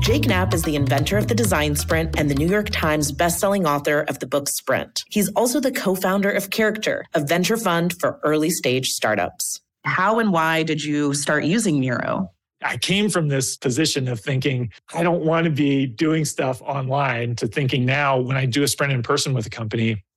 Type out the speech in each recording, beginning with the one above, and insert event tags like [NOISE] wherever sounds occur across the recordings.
Jake Knapp is the inventor of the design sprint and the New York Times bestselling author of the book Sprint. He's also the co founder of Character, a venture fund for early stage startups. How and why did you start using Miro? I came from this position of thinking, I don't want to be doing stuff online to thinking now when I do a sprint in person with a company,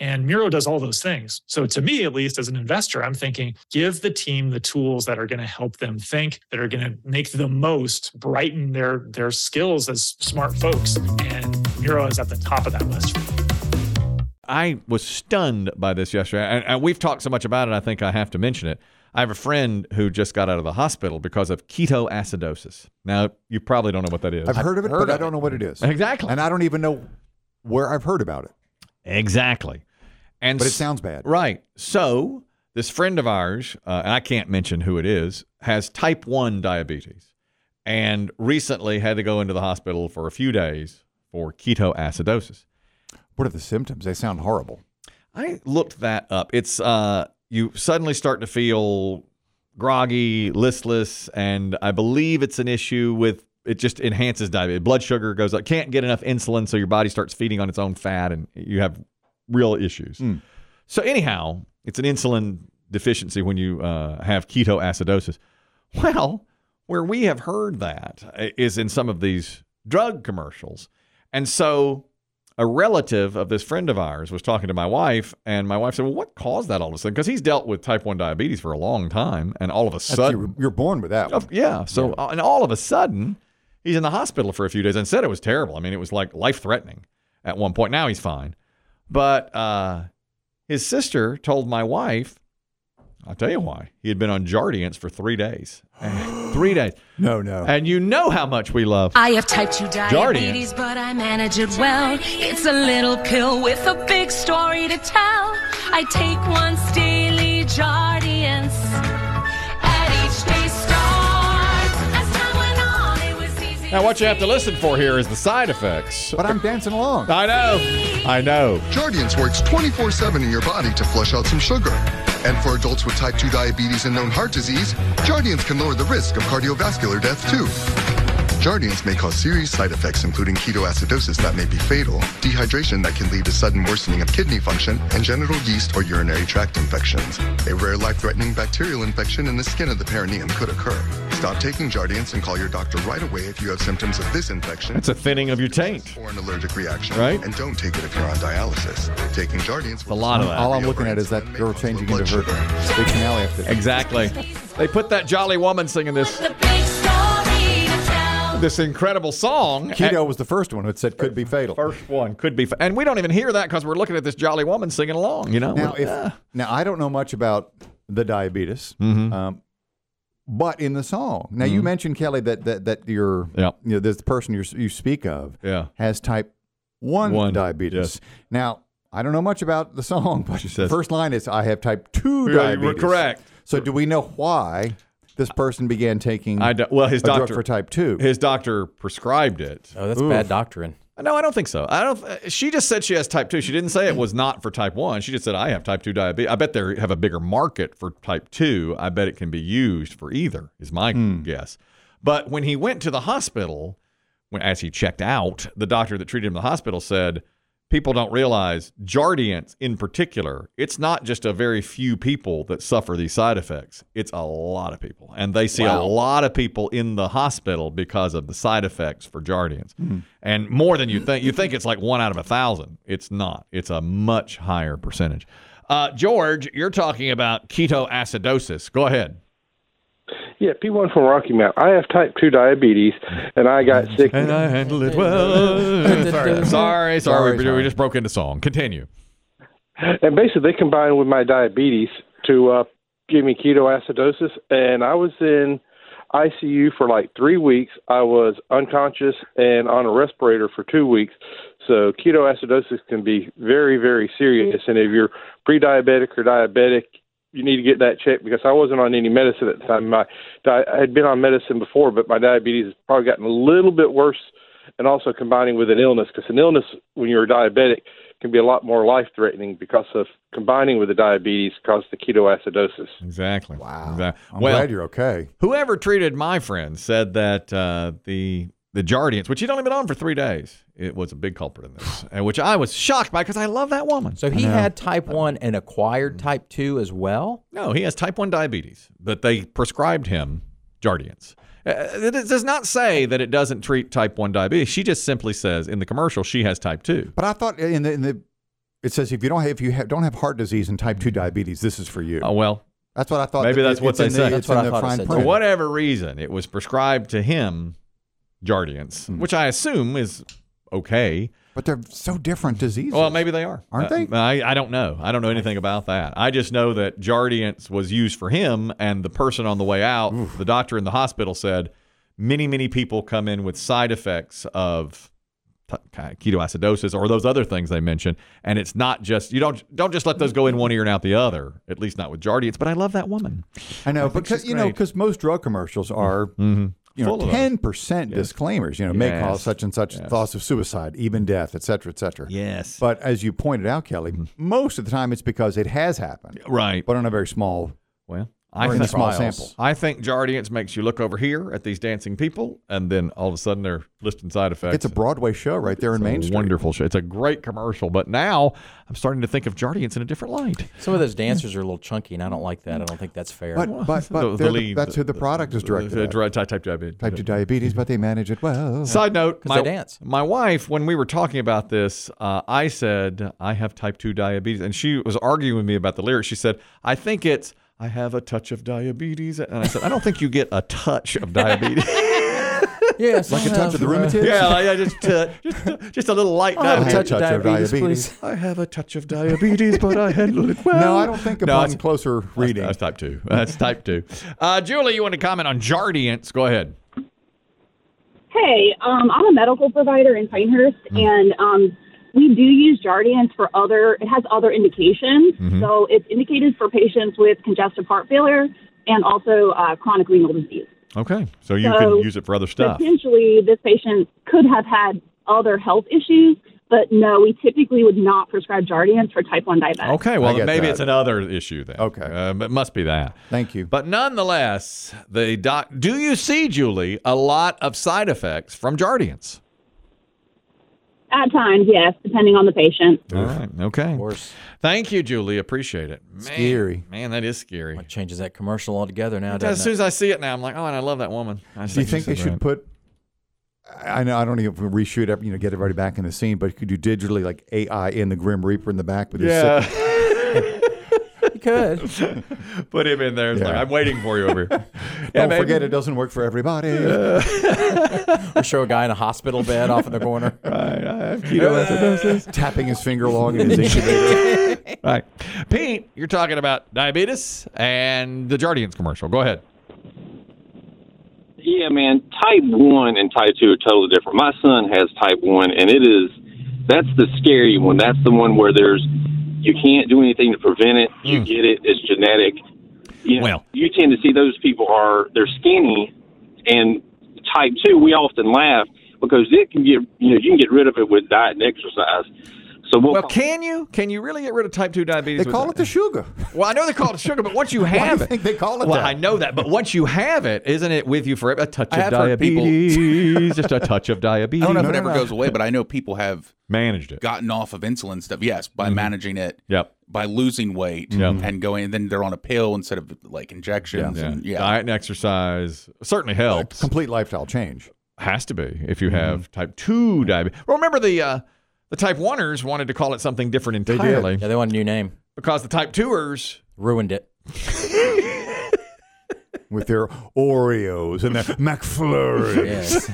And Miro does all those things. So, to me, at least as an investor, I'm thinking give the team the tools that are going to help them think, that are going to make the most, brighten their, their skills as smart folks. And Miro is at the top of that list. I was stunned by this yesterday. And, and we've talked so much about it, I think I have to mention it. I have a friend who just got out of the hospital because of ketoacidosis. Now, you probably don't know what that is. I've heard of it, heard but of I don't know what [LAUGHS] it is. Exactly. And I don't even know where I've heard about it. Exactly. And But it s- sounds bad. Right. So, this friend of ours, uh, and I can't mention who it is, has type 1 diabetes and recently had to go into the hospital for a few days for ketoacidosis. What are the symptoms? They sound horrible. I looked that up. It's uh, you suddenly start to feel groggy, listless, and I believe it's an issue with it just enhances diabetes. Blood sugar goes up. Can't get enough insulin, so your body starts feeding on its own fat, and you have real issues. So anyhow, it's an insulin deficiency when you uh, have ketoacidosis. Well, where we have heard that uh, is in some of these drug commercials, and so a relative of this friend of ours was talking to my wife, and my wife said, "Well, what caused that all of a sudden?" Because he's dealt with type one diabetes for a long time, and all of a That's- sudden, you're, you're born with that. of- one. yeah. So, uh, and all of a sudden, he's in the hospital for a few days and said it was terrible. I mean, it was like life threatening at one point. Now he's fine. But uh, his sister told my wife, I'll tell you why. He had been on Jardiance for three days. three days. No, no. And you know how much we love. I have type 2 diabetes, diabetes, but I manage it well. It's a little pill with a big story to tell. I take once daily Jardiance. At each day start, as time went on, it was easy. Now, what you have to listen for here is the side effects. But I'm dancing along. I know. I know. Jardiance works 24 7 in your body to flush out some sugar. And for adults with type 2 diabetes and known heart disease, Jardiance can lower the risk of cardiovascular death too. Jardiance may cause serious side effects, including ketoacidosis that may be fatal, dehydration that can lead to sudden worsening of kidney function, and genital yeast or urinary tract infections. A rare life threatening bacterial infection in the skin of the perineum could occur. Stop taking Jardiance and call your doctor right away if you have symptoms of this infection It's a thinning of your taint. or an allergic reaction. Right. And don't take it if you're on dialysis. Taking Jardiance A lot of that. All I'm looking at is that girl changing into her big finale outfit. Exactly. They put that jolly woman singing this The big story to tell. this incredible song. Keto was the first one that said could be fatal. First one could be, and we don't even hear that because we're looking at this jolly woman singing along. You know, "Ah." Now, if Yeah. now I don't know much about the diabetes, Mm-hmm. um, but in the song, now you mentioned Kelly that that that your Yeah. you know this person you you speak of Yeah. has type one, One, diabetes. yes. Now I don't know much about the song, [LAUGHS] but She says- the first line is I have type two Yeah, you were diabetes. correct. So do we know why this person began taking I do- well, his Hmm. a drug doctor- for type two? his doctor prescribed it. Oh, that's bad doctrine. No, I don't think so. I don't. uh, She just said she has type two. She didn't say it was not for type one. She just said I have type two diabetes. I bet they have a bigger market for type two. I bet it can be used for either. Is my Hmm. guess. But when he went to the hospital, when as he checked out, the doctor that treated him in the hospital said, "People don't realize Jardiance in particular. It's not just a very few people that suffer these side effects. It's a lot of people, and they see a lot of people in the hospital because of the side effects for Jardiance, Hmm. and more than you think. You think it's like one out of a thousand. It's not. It's a much higher percentage. Uh, George, you're talking about ketoacidosis. Go ahead. Yeah, P1 from Rocky Mount. I have type 2 diabetes, and I got sick. And I handle it [LAUGHS] well. sorry, sorry, sorry. Sorry, We, we sorry. just broke into song. Continue. And basically, they combined with my diabetes to uh, give me ketoacidosis. And I was in, ICU for like three weeks. I was unconscious and on a respirator for two weeks. So ketoacidosis can be very, very serious. And if you're pre-diabetic or diabetic, you need to get that checked because I wasn't on any medicine at the time. My di- I had been on medicine before, but my diabetes has probably gotten a little bit worse, and also combining with an illness because an illness when you're diabetic can be a lot more life threatening because of combining with the diabetes caused the ketoacidosis. Exactly. Wow. I'm well, glad you're okay. whoever treated my friend said that uh, the the Jardians, which he'd only been on for three days, it was a big culprit in this, and which I was shocked by because I love that woman. So he had type 1 and Mm. acquired type 2 as well? No, he has type 1 diabetes, but they prescribed him Jardians. Uh, It does not say that it doesn't treat type 1 diabetes. She just simply says in the commercial she has type 2. But I thought in the, in the it says if you don't have if you have, don't have heart disease and type two diabetes, this is for you. Oh, well, That's what I thought. Maybe that- that's what it's in they the- said. it's That's what in I the thought it fine said, for print. too. whatever reason, it was prescribed to him Jardians, which I assume is okay. But they're so different diseases. Well, maybe they are. Aren't they? Uh, I, I don't know. I don't know anything about that. I just know that Jardiance was used for him, and the person on the way out, the doctor in the hospital said, many, many people come in with side effects of t- ketoacidosis or those other things they mentioned, and it's not just you don't don't just let those go in one ear and out the other. At least not with Jardiance. But I love that woman. I know think because she's you know great. Mm-hmm. because most drug commercials are you know Full of them. ten percent disclaimers. You know may Yes. cause such and such thoughts of suicide, even death, et cetera, et cetera. Yes. Mm-hmm. But as you pointed out, Kelly, most of the time it's because it has happened, Right. but on a very small Well, or I in a think small trials. sample. I think Jardiance makes you look over here at these dancing people, and then all of a sudden they're listing side effects. It's a Broadway show right there in It's a Main Street. Wonderful show. It's a great commercial, but now I'm starting to think of Jardiance in a different light. Some of those dancers are a little chunky, and I don't like that. I don't think that's fair. [LAUGHS] But but, but they're the- that's who the product is directed The, at. direct- type, type, type, Type two diabetes, but they manage it well. Side note, 'Cause my, they dance. my wife, when we were talking about this, uh, I said, I have type 2 diabetes. And she was arguing with me about the lyrics. She said, I think it's, I have a touch of diabetes. And I said, I don't think you get a touch [LAUGHS] of diabetes. yeah, like a touch of the rheumatiz. yeah, like, I just, uh, just, just a little light have a diabetes. touch of diabetes, please. I have a touch of diabetes, but I handle it well. No, I don't think No, upon it's- closer reading. That's type two. That's type two. Uh, Julie, you want to comment on Jardiance? Go ahead. Hey, um, I'm a medical provider in Pinehurst, Mm-hmm. and um, we do use Jardiance for other. It has other indications, Mm-hmm. so it's indicated for patients with congestive heart failure and also uh, chronic renal disease. Okay, so you So, can use it for [LAUGHS] other stuff. Potentially, this patient could have had other health issues, but no, we typically would not prescribe Jardiance for type one diabetics. Okay, well I get maybe that. it's another issue then. Okay. um, it must be that. Thank you. But nonetheless, the doc. Do you see Julie a lot of side effects from Jardiance? At times, yes, depending on the patient. All right. Okay. Of course. Thank you, Julie. Appreciate it. Man, Scary. Man, that is scary. Like changes that commercial altogether now, As doesn't soon it? as I see it now, I'm like, oh, and I love that woman. I Do you think they she's should right. put? I know I don't even reshoot every, you know, get everybody back in the scene, but could you digitally like AI in the Grim Reaper in the back with his sick- Yeah. [LAUGHS] You [LAUGHS] could. Put him in there. It's like, Yeah. I'm waiting for you [LAUGHS] over here. Don't forget, it doesn't work for everybody. or show a guy in a hospital bed off in the [LAUGHS] corner. Tapping his finger [LAUGHS] along in his incubator. All right. Pete, you're talking about diabetes and the Jardians commercial. Go ahead. Yeah, man. Type one and type two are totally different. My son has type one, and it is that's the scary one. That's the one where there's you can't do anything to prevent it. You get it. It's genetic. You know, Mm. Well. you tend to see those people are they're skinny, and type two. We often laugh because it can get you know you can get rid of it with diet and exercise. So we'll, Well, can you? Can you really get rid of type 2 diabetes? They with call that? it the sugar. Well, I know they call it sugar, but once [LAUGHS] you do you have it. think they call it Well, that? I know that, but once you have it, isn't it with you forever? A touch I of have heard people- diabetes. [LAUGHS] just a touch of diabetes. I don't know if No, [LAUGHS] it no, ever no. goes away, but I know people have Managed it. gotten off of insulin stuff. Yes, by managing it, Yep. by losing weight Yep. and going, and then they're on a pill instead of like injections. Yeah. And, yeah. Diet and exercise certainly helps. Complete lifestyle change. Has to be if you have type two diabetes. Remember the uh, the type oneers wanted to call it something different did. entirely Yeah, they want a new name. because the type twoers Ruined it. [LAUGHS] With their Oreos and their McFlurry. Yes.